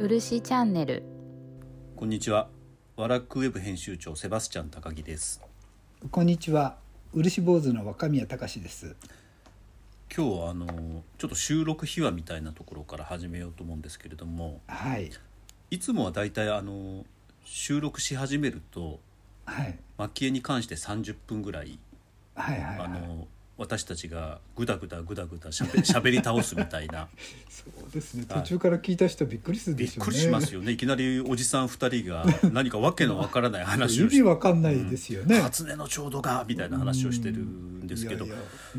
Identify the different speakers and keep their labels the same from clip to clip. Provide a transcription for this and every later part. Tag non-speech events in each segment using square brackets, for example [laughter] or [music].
Speaker 1: 漆チャンネル
Speaker 2: こんにちは。ワラックウェブ編集長セバスチャン高木です。
Speaker 3: こんにちは漆坊主の若宮隆です
Speaker 2: 今日はあのちょっと収録秘話みたいなところから始めようと思うんですけれども、
Speaker 3: はい
Speaker 2: いつもはだいたいあの収録し始めると
Speaker 3: はい
Speaker 2: 蒔絵に関して30分ぐらい
Speaker 3: はいはい
Speaker 2: あ
Speaker 3: はい
Speaker 2: の私たちがぐだぐだぐだぐだしゃべしゃべり [laughs] 倒すみたいな
Speaker 3: そうですね
Speaker 2: はい
Speaker 3: 途中から聞いた人びっくりする
Speaker 2: び
Speaker 3: で
Speaker 2: っ
Speaker 3: しょう
Speaker 2: く
Speaker 3: ね
Speaker 2: りしますよね。いきなりおじさん2人が何かわけのわからない話
Speaker 3: 意
Speaker 2: をして
Speaker 3: 味わかんないですよね、
Speaker 2: 初音のちょうどがみたいな話をしてるんですけど
Speaker 3: いやい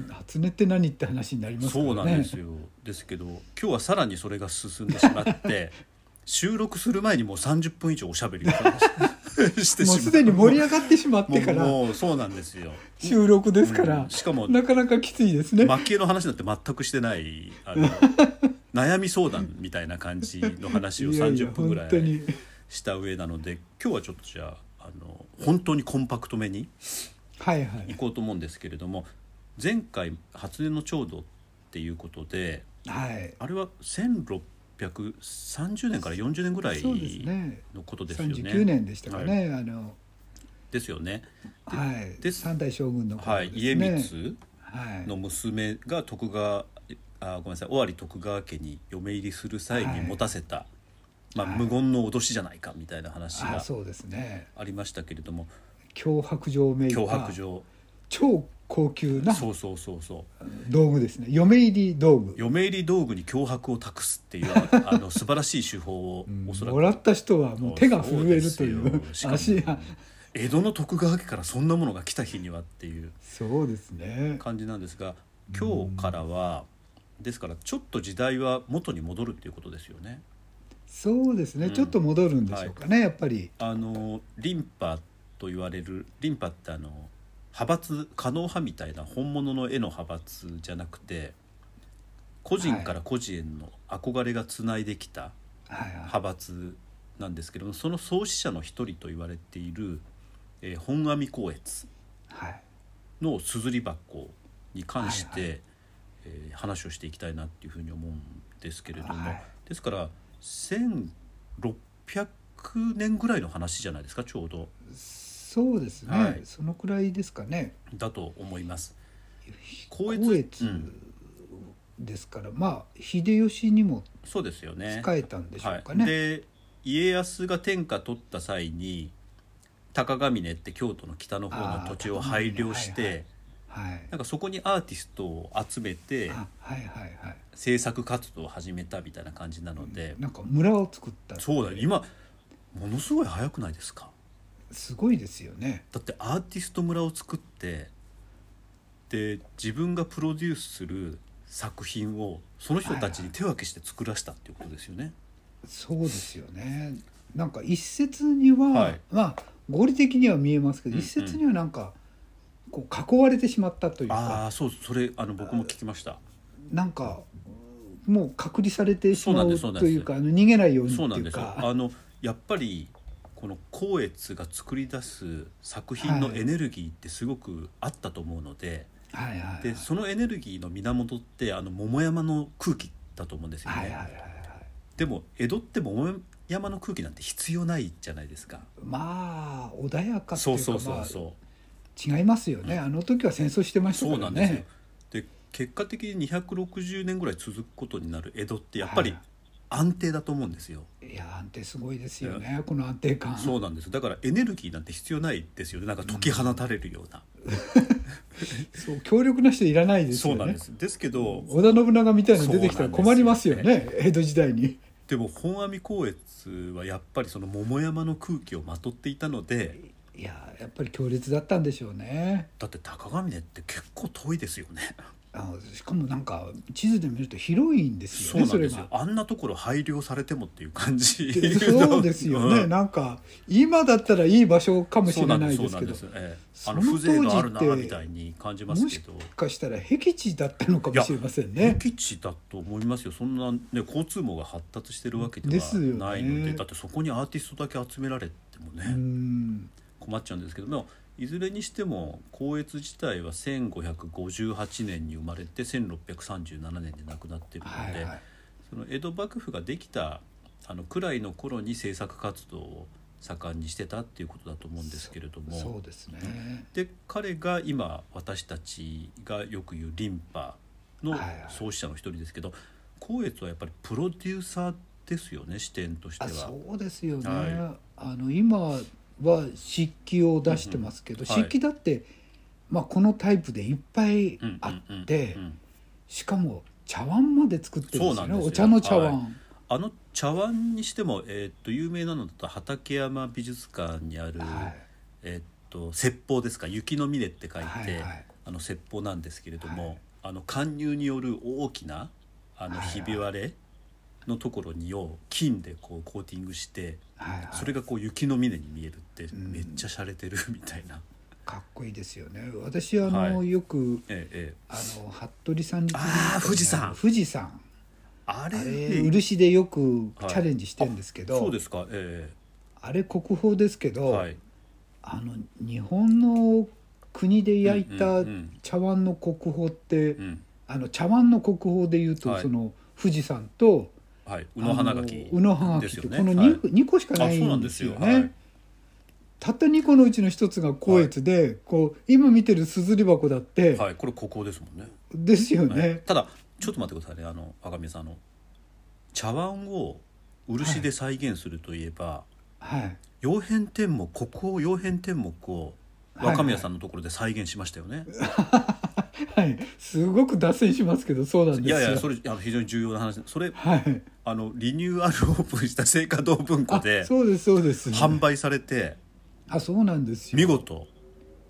Speaker 3: や初音って何って話になりますから
Speaker 2: そ
Speaker 3: ね
Speaker 2: うなんですよですけど今日はさらにそれが進んでしまって
Speaker 3: [laughs]
Speaker 2: 収録する前にもう30分以上おしゃべりを [laughs] してしま
Speaker 3: もうすでに盛り上がってしまってから
Speaker 2: もうもうそうなんですよ
Speaker 3: 収録ですから、
Speaker 2: うんしかも
Speaker 3: なかなかきついですね、
Speaker 2: 蒔絵の話なんて全くしてないあ
Speaker 3: [laughs]
Speaker 2: の悩み相談みたいな感じの話を
Speaker 3: いやいや
Speaker 2: 30分ぐら
Speaker 3: 本当に
Speaker 2: いした上なので今日はちょっとじゃああの本当にコンパクトめに
Speaker 3: はいは
Speaker 2: 行
Speaker 3: い
Speaker 2: こうと思うんですけれども前回初音のちょうどっていうことで
Speaker 3: はい
Speaker 2: あれは1630年から40年ぐらい
Speaker 3: そうですね
Speaker 2: のことですよね。
Speaker 3: 39年でしたか
Speaker 2: はい
Speaker 3: ね、あの
Speaker 2: ですよね。
Speaker 3: はい
Speaker 2: で
Speaker 3: 三代将軍の頃
Speaker 2: はい、
Speaker 3: です
Speaker 2: 家
Speaker 3: ね
Speaker 2: 光
Speaker 3: はい
Speaker 2: の娘が徳川あごめんなさい尾張徳川家に嫁入りする際に
Speaker 3: はい
Speaker 2: 持たせた、まあ、
Speaker 3: はい
Speaker 2: 無言の脅しじゃないかみたいな話
Speaker 3: あ
Speaker 2: が
Speaker 3: そうですね
Speaker 2: ありましたけれども
Speaker 3: 脅迫状メイク
Speaker 2: 脅
Speaker 3: は
Speaker 2: 迫状
Speaker 3: 超高級な
Speaker 2: そうそうそうそう
Speaker 3: 道具ですね嫁入り道具
Speaker 2: 嫁入り道具に脅迫を託す
Speaker 3: [laughs]
Speaker 2: っていうあの素晴らしい手法をおそらく
Speaker 3: もらった人はもう手が震えるという
Speaker 2: そですよ
Speaker 3: 足
Speaker 2: しか
Speaker 3: が
Speaker 2: も江戸の徳川家からそんなものが来た日にはっていう
Speaker 3: そうですね
Speaker 2: 感じなんですが今日からはですからちょっと時代は元に戻るっていうことですよね。
Speaker 3: そうですね、
Speaker 2: うん
Speaker 3: ちょっと戻るんでしょうかね、やっぱり
Speaker 2: あのリンパと言われるリンパってあの派閥狩野派みたいな本物の絵の派閥じゃなくて個人から個人への憧れがつないできた
Speaker 3: はいは
Speaker 2: 派閥なんですけどもその創始者の一人と言われている、えー本阿弥光悦
Speaker 3: いはい
Speaker 2: のすずり箱に関して、
Speaker 3: はい
Speaker 2: えー話をしていきたいなっていうふうに思うんですけれども、
Speaker 3: はい
Speaker 2: ですから1600年ぐらいの話じゃないですかちょうど
Speaker 3: そうですね、
Speaker 2: はい
Speaker 3: そのくらいですかね
Speaker 2: だと思います。
Speaker 3: 光
Speaker 2: 光悦
Speaker 3: 悦
Speaker 2: うん
Speaker 3: ですから、まあ秀吉にも
Speaker 2: そうですよね
Speaker 3: 仕えたんでしょうか
Speaker 2: はい、
Speaker 3: ね、
Speaker 2: で家康が天下取った際に高ヶ峰って京都の北の方の土地を
Speaker 3: あー高
Speaker 2: 配
Speaker 3: 峰
Speaker 2: 慮して、
Speaker 3: はいはいはいはい
Speaker 2: なんかそこにアーティストを集めて
Speaker 3: あはいはいはい
Speaker 2: 制作活動を始めたみたいな感じなので、
Speaker 3: なんか村を作ったって
Speaker 2: そうだよ今ものすごい早くないですか
Speaker 3: すごいですよね
Speaker 2: だってアーティスト村を作ってで自分がプロデュースする作品をその人たちに手分けして作らせたっていうことですよね。
Speaker 3: そうですよねなんか一説には、
Speaker 2: はい
Speaker 3: まあ合理的には見えますけど、
Speaker 2: うんうん
Speaker 3: 一説にはなんかこう囲われてしまったという
Speaker 2: あ
Speaker 3: か
Speaker 2: あそうそれあの僕も聞きました。
Speaker 3: なんかもう隔離されてしま
Speaker 2: そうなん
Speaker 3: う
Speaker 2: ですそうなん
Speaker 3: と
Speaker 2: です
Speaker 3: いうかあの逃げないようにって
Speaker 2: そうないん
Speaker 3: う
Speaker 2: ですよ。
Speaker 3: か
Speaker 2: あのやっぱりこの光悦が作り出す作品の
Speaker 3: はい
Speaker 2: エネルギーってすごくあったと思うので、
Speaker 3: はいはい
Speaker 2: でそのエネルギーの源ってあの桃山の空気だと思うんですよね。
Speaker 3: はいはいはいはい
Speaker 2: でも江戸って桃山の空気なんて必要ないじゃないですか。
Speaker 3: まあ穏やかって
Speaker 2: そ
Speaker 3: いううか
Speaker 2: そうそうそう。
Speaker 3: まあ違いますよねあの時は戦争してましたか
Speaker 2: そう
Speaker 3: らね
Speaker 2: なんですよ。で結果的に260年ぐらい続くことになる江戸ってやっぱり
Speaker 3: はい
Speaker 2: 安定だと思うんですよ。
Speaker 3: いや安定すごいですよねこの安定感
Speaker 2: そうなんです。だからエネルギーなんて必要ないですよね。なんか解き放たれるような。
Speaker 3: そう強力な人いらないです
Speaker 2: そ
Speaker 3: よ
Speaker 2: う
Speaker 3: ね
Speaker 2: なんです。ですけど、
Speaker 3: 織田信長みたいなの出てきたら困りますよ
Speaker 2: そう
Speaker 3: ね江戸時代に
Speaker 2: でも本阿弥光悦はやっぱりその桃山の空気をまとっていたので、
Speaker 3: いややっぱり強烈だったんでしょうね
Speaker 2: だって高ヶ峰って結構遠いですよね。
Speaker 3: あのしかもなんか地図で見ると広いんです
Speaker 2: そ
Speaker 3: よ
Speaker 2: うな
Speaker 3: ね
Speaker 2: ん
Speaker 3: それ
Speaker 2: ですよ
Speaker 3: が。。
Speaker 2: あんなところ配慮されてもっていう感じ。
Speaker 3: [laughs] そうですよね、
Speaker 2: うん
Speaker 3: なんか今だったらいい場所かもしれないですけど
Speaker 2: そうなんですそう
Speaker 3: そ
Speaker 2: なん
Speaker 3: の
Speaker 2: ですええあの風情がある
Speaker 3: 当時
Speaker 2: な
Speaker 3: って
Speaker 2: みたいに感じま
Speaker 3: も
Speaker 2: すけ
Speaker 3: し
Speaker 2: ど
Speaker 3: かしたら僻地だったのかもしれませんね
Speaker 2: 僻地だと思いますよそんな、ね、交通網が発達してるわけで
Speaker 3: で
Speaker 2: は
Speaker 3: すよね
Speaker 2: ないのでだってそこにアーティストだけ集められても
Speaker 3: う
Speaker 2: ね
Speaker 3: ん
Speaker 2: 困っちゃうんですけどもいずれにしても光悦自体は1558年に生まれて1637年で亡くなってるの
Speaker 3: はい
Speaker 2: で、
Speaker 3: はい
Speaker 2: その江戸幕府ができたあのくらいの頃に制作活動を盛んにしてたっていうことだと思うんですけれども
Speaker 3: そうですね
Speaker 2: で彼が今私たちがよく言うリンパの
Speaker 3: はいはい
Speaker 2: 創始者の一人ですけど光悦はやっぱりプロデューサーですよね視点として
Speaker 3: あ
Speaker 2: は。
Speaker 3: そうですよね、
Speaker 2: は
Speaker 3: あの今は漆器を出してますけど、
Speaker 2: うんうんはい
Speaker 3: 漆器だって、まあ、このタイプでいっぱい
Speaker 2: うん
Speaker 3: あ
Speaker 2: うんうん
Speaker 3: って、
Speaker 2: うん
Speaker 3: しかも茶碗まで作ってるんですよね
Speaker 2: そうなんですよ
Speaker 3: お茶の茶碗、
Speaker 2: はあの茶碗にしても、えーっと有名なのだと畠山美術館にある、
Speaker 3: はい
Speaker 2: えーっと説法ですか「雪の峰」って書いて、
Speaker 3: はいはい
Speaker 2: あの説法なんですけれども、
Speaker 3: はい
Speaker 2: あの貫入による大きなあの
Speaker 3: はいはい
Speaker 2: ひび割れのところにを金でこうコーティングして、
Speaker 3: はいはい
Speaker 2: それがこう雪の峰に見えるって
Speaker 3: ん
Speaker 2: めっちゃ洒落てるみたいな。 [laughs]
Speaker 3: かっこいいですよね私あの、
Speaker 2: はい
Speaker 3: よく
Speaker 2: ええええ、
Speaker 3: あの服部さんに聞いてみたいな
Speaker 2: あー富士山
Speaker 3: 富士山
Speaker 2: あれ
Speaker 3: あれ漆でよくチャレンジしてるんですけど、
Speaker 2: そうですか、え
Speaker 3: あれ国宝ですけ
Speaker 2: え
Speaker 3: ど、
Speaker 2: はい、
Speaker 3: あの日本の国で焼い
Speaker 2: うんう
Speaker 3: た
Speaker 2: んうん
Speaker 3: 茶碗の国宝って、
Speaker 2: うん
Speaker 3: あの茶碗の国宝でいうと、
Speaker 2: はい
Speaker 3: その富士山と
Speaker 2: はい、宇野花垣
Speaker 3: あの宇野花
Speaker 2: で
Speaker 3: 垣
Speaker 2: す
Speaker 3: っ
Speaker 2: よ
Speaker 3: て
Speaker 2: ね
Speaker 3: この 2,、
Speaker 2: はい
Speaker 3: 二個しかな
Speaker 2: あ
Speaker 3: い
Speaker 2: そうなん
Speaker 3: ん
Speaker 2: で
Speaker 3: ですす
Speaker 2: よ
Speaker 3: よね。
Speaker 2: はい
Speaker 3: たった2個のうちの1つが光悦で、こう今見てるすずり箱だって、
Speaker 2: はい、これ国宝ですもんね。
Speaker 3: ですよ
Speaker 2: はい
Speaker 3: ね。
Speaker 2: ただちょっと待ってくださいねあの赤宮さんあの茶碗を漆で再現するといえば、
Speaker 3: はい
Speaker 2: 曜変天目国宝曜変天目を
Speaker 3: はいはい
Speaker 2: 若宮さんのところで再現しましたよね。
Speaker 3: はい、すごく脱線しますけどそうなん
Speaker 2: い
Speaker 3: ですよ。
Speaker 2: やいやそれあの非常に重要な話それ
Speaker 3: はい、
Speaker 2: あのリニューアルオープンした青果堂文庫
Speaker 3: あ
Speaker 2: で
Speaker 3: そうですそうです、
Speaker 2: 販売されて
Speaker 3: あそうなんですよ
Speaker 2: 見事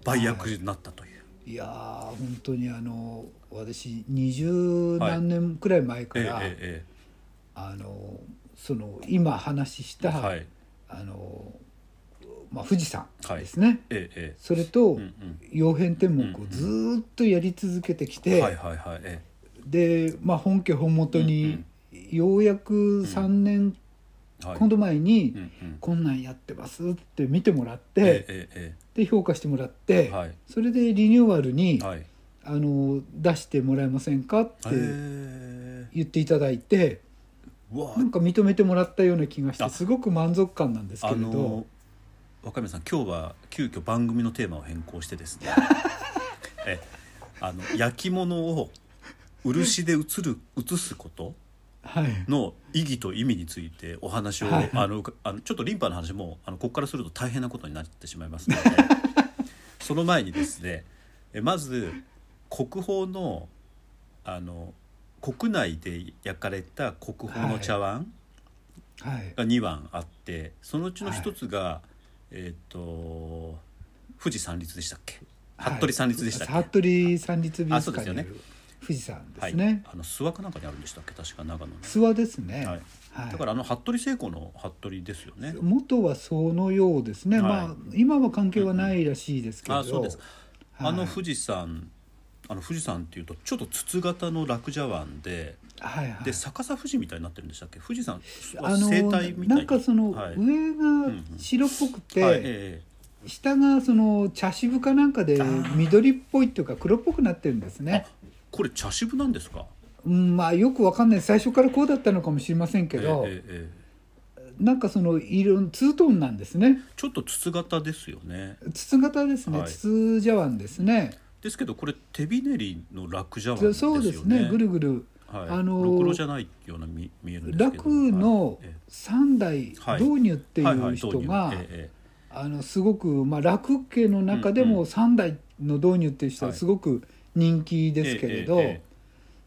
Speaker 2: 売約になったという。
Speaker 3: いやー本当にあの私二十何年くらい前か
Speaker 2: ええ
Speaker 3: ら、
Speaker 2: え
Speaker 3: あのその今話し
Speaker 2: えええ
Speaker 3: た、
Speaker 2: はい
Speaker 3: あのまあ、富士山ですね、
Speaker 2: えええ
Speaker 3: それと、
Speaker 2: えうん
Speaker 3: 曜変天目をずーっとやり続けてき
Speaker 2: う
Speaker 3: て、
Speaker 2: んはいはいはいえ
Speaker 3: で、まあ、本家本元に、ようやく3年
Speaker 2: えはい
Speaker 3: ほど前に、
Speaker 2: うんうん
Speaker 3: こんなんやってます」って見てもらって、
Speaker 2: えええ
Speaker 3: で評価してもらっ
Speaker 2: え
Speaker 3: て、
Speaker 2: はい
Speaker 3: それでリニューアルに、
Speaker 2: はい
Speaker 3: あの出してもらえませんかって
Speaker 2: へえ
Speaker 3: 言っていただいて
Speaker 2: うわ
Speaker 3: なんか認めてもらったような気がし
Speaker 2: あ
Speaker 3: てすごく満足感なんですけ
Speaker 2: あ
Speaker 3: れど、
Speaker 2: の若宮さん今日は急遽番組のテーマを変更してです
Speaker 3: [laughs]
Speaker 2: ねえあの焼き物を漆で写る写すこと
Speaker 3: はい、
Speaker 2: の意義と意味についてお話を、
Speaker 3: はい
Speaker 2: あのうかあのちょっとリンパの話もあのここからすると大変なことになってしまいますの
Speaker 3: [laughs]
Speaker 2: でその前にですねえまず国宝のあの国内で焼かれた国宝の茶碗、
Speaker 3: はい、
Speaker 2: が2番あってそのうちの一つが、えっ、と富士山立でしたっけ服部山立でしたっけ、
Speaker 3: はい服部三立美
Speaker 2: あそうで
Speaker 3: 術
Speaker 2: す
Speaker 3: 館
Speaker 2: よ
Speaker 3: に
Speaker 2: ね
Speaker 3: ある富士山で
Speaker 2: はい
Speaker 3: すね、
Speaker 2: あの諏訪かなんかにあるんでしたっけ確か長野の、
Speaker 3: 諏訪ですね、
Speaker 2: は
Speaker 3: はいい
Speaker 2: だからあの服部成功の服部ですよね
Speaker 3: 元はそのようですね、
Speaker 2: はい
Speaker 3: まあ今は関係はないらしいですけれど、
Speaker 2: あそうです、
Speaker 3: はい
Speaker 2: あの富士山あの富士山っていうとちょっと筒型の落蛇湾で
Speaker 3: はいはい
Speaker 2: で逆さ富士みたいになってるんでしたっけ富士山
Speaker 3: あ
Speaker 2: は
Speaker 3: の
Speaker 2: 生態みたい
Speaker 3: なんかその
Speaker 2: はい
Speaker 3: 上が白っぽくて、
Speaker 2: はいえ
Speaker 3: 下がその茶渋かなんかで
Speaker 2: あー
Speaker 3: 緑っぽいっていうか黒っぽくなってるんです
Speaker 2: え
Speaker 3: ね
Speaker 2: あ。これ茶渋なんですか
Speaker 3: うん、まあよくわかんない最初からこうだったのかもしれませんけど、
Speaker 2: ええええ
Speaker 3: なんかその色ツートーンなんですね
Speaker 2: ちょっと筒型ですよね
Speaker 3: 筒型ですね、
Speaker 2: はい
Speaker 3: 筒茶碗ですね
Speaker 2: ですけどこれ手びねりの楽じゃわん
Speaker 3: そ
Speaker 2: で
Speaker 3: う
Speaker 2: すよね。
Speaker 3: ですねぐるぐる
Speaker 2: はい、
Speaker 3: あのー
Speaker 2: ろくろじゃないような見見えるんですけど。
Speaker 3: 楽の
Speaker 2: はい
Speaker 3: 三代
Speaker 2: はい
Speaker 3: 導入ってい
Speaker 2: はいは
Speaker 3: う
Speaker 2: い
Speaker 3: 人
Speaker 2: 導
Speaker 3: が
Speaker 2: 入え
Speaker 3: あのすごく、まあ、楽家の中で
Speaker 2: うんう
Speaker 3: も三代の導入っていう人は
Speaker 2: はい
Speaker 3: すごく人気
Speaker 2: ええええ
Speaker 3: ですけれ
Speaker 2: え
Speaker 3: ど
Speaker 2: ええ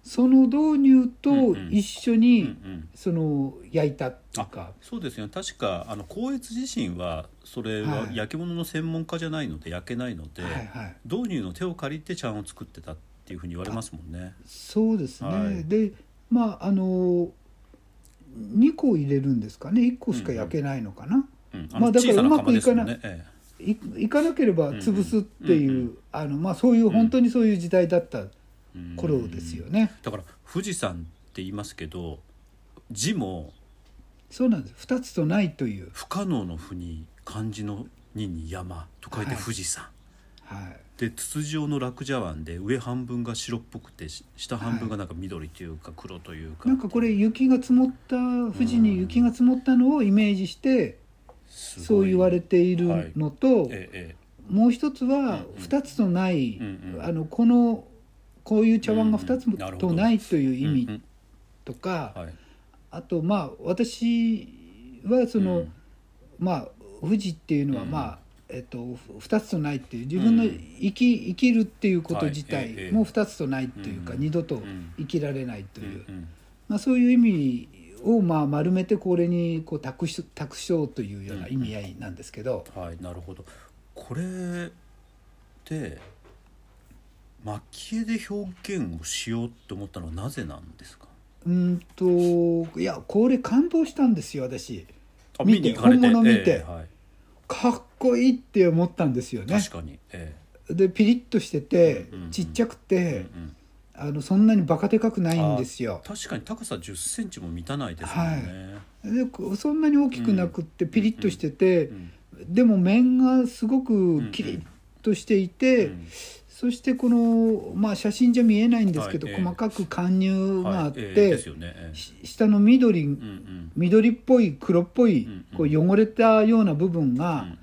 Speaker 3: その導入と一緒
Speaker 2: えうん
Speaker 3: に
Speaker 2: うん
Speaker 3: その焼いたっていうか
Speaker 2: そうですよね確かあの光悦自身はそれは
Speaker 3: はい
Speaker 2: 焼き物の専門家じゃないので焼けないので、
Speaker 3: はいはい
Speaker 2: 導入の手を借りて茶碗を作ってたっていうふうに言われますもんね。
Speaker 3: そうですね、
Speaker 2: はい
Speaker 3: でまああの2個入れるんですかね1個しか焼けないのかな、
Speaker 2: うん、
Speaker 3: まあだから
Speaker 2: 小さな
Speaker 3: うまくいかな
Speaker 2: 釜ですも
Speaker 3: い
Speaker 2: んねえ
Speaker 3: いいかなければ潰すっていう、
Speaker 2: うんうんうん
Speaker 3: あのまあ、そういう本当にそういう時代だった
Speaker 2: えうん
Speaker 3: 頃ですよね、
Speaker 2: だから富士山って言いますけど字も
Speaker 3: そうなんです2つとないという、
Speaker 2: 不可能の「不」に漢字の「に」に「山」と書いて
Speaker 3: はい
Speaker 2: 富士山、
Speaker 3: はい、
Speaker 2: で筒状の楽茶碗で上半分が白っぽくてし下半分がなんか緑というか黒というか、
Speaker 3: なんかこれ雪が積もった富士に雪が積もったのをイメージして
Speaker 2: す
Speaker 3: そ
Speaker 2: ご
Speaker 3: う
Speaker 2: い
Speaker 3: 言われているのと、
Speaker 2: ええ
Speaker 3: もう一つは
Speaker 2: うんうん
Speaker 3: 2つとない、
Speaker 2: うんうん
Speaker 3: あのこのこういう茶碗が2
Speaker 2: うんうんなるほ
Speaker 3: つと
Speaker 2: ど
Speaker 3: ないという
Speaker 2: ええ
Speaker 3: 意
Speaker 2: うんう
Speaker 3: 味
Speaker 2: ん
Speaker 3: とか、
Speaker 2: はい
Speaker 3: あとまあ私はその、
Speaker 2: うん
Speaker 3: まあ富士っていうのは
Speaker 2: うん
Speaker 3: まあ、えっと、2つとないっていう自分の生き,、生きるっていうこと自
Speaker 2: はいえ
Speaker 3: 体
Speaker 2: え
Speaker 3: も2つとないという
Speaker 2: う
Speaker 3: か、
Speaker 2: んうん
Speaker 3: 二度と
Speaker 2: うん
Speaker 3: 生きられないと
Speaker 2: うん
Speaker 3: いう、
Speaker 2: うん
Speaker 3: まあ、そういう意味をまあ丸めてこれにこう託し託しようというような意味合いなんですけど、
Speaker 2: はいなるほどこれで蒔絵で表現をしようって思ったのはなぜなんですか
Speaker 3: うんといやこれ感動したんですよ私
Speaker 2: あ
Speaker 3: 見て
Speaker 2: 行かれ
Speaker 3: 本物見て
Speaker 2: ええはい
Speaker 3: かっこいいって思ったんですよね
Speaker 2: 確かに、え
Speaker 3: でピリッとしてて
Speaker 2: うんうんうん
Speaker 3: ちっちゃく
Speaker 2: えう
Speaker 3: て
Speaker 2: んうん
Speaker 3: あのそんなにバカでかくないんですよ
Speaker 2: 確かに高さ1 0ンチも満たないですもんね、
Speaker 3: でこうそんなに大きくなくってピリッとしてて
Speaker 2: うん
Speaker 3: でも面がすごく
Speaker 2: ん
Speaker 3: キリッとしていて、
Speaker 2: うん
Speaker 3: そしてこの、まあ、写真じゃ見えないんですけど、
Speaker 2: はいええ
Speaker 3: 細かく貫入があって、
Speaker 2: はいええですよね、ええ
Speaker 3: し下の緑、
Speaker 2: うんうん
Speaker 3: 緑っぽい黒っぽい
Speaker 2: うん
Speaker 3: こう汚れたような部
Speaker 2: う
Speaker 3: 分が、
Speaker 2: ん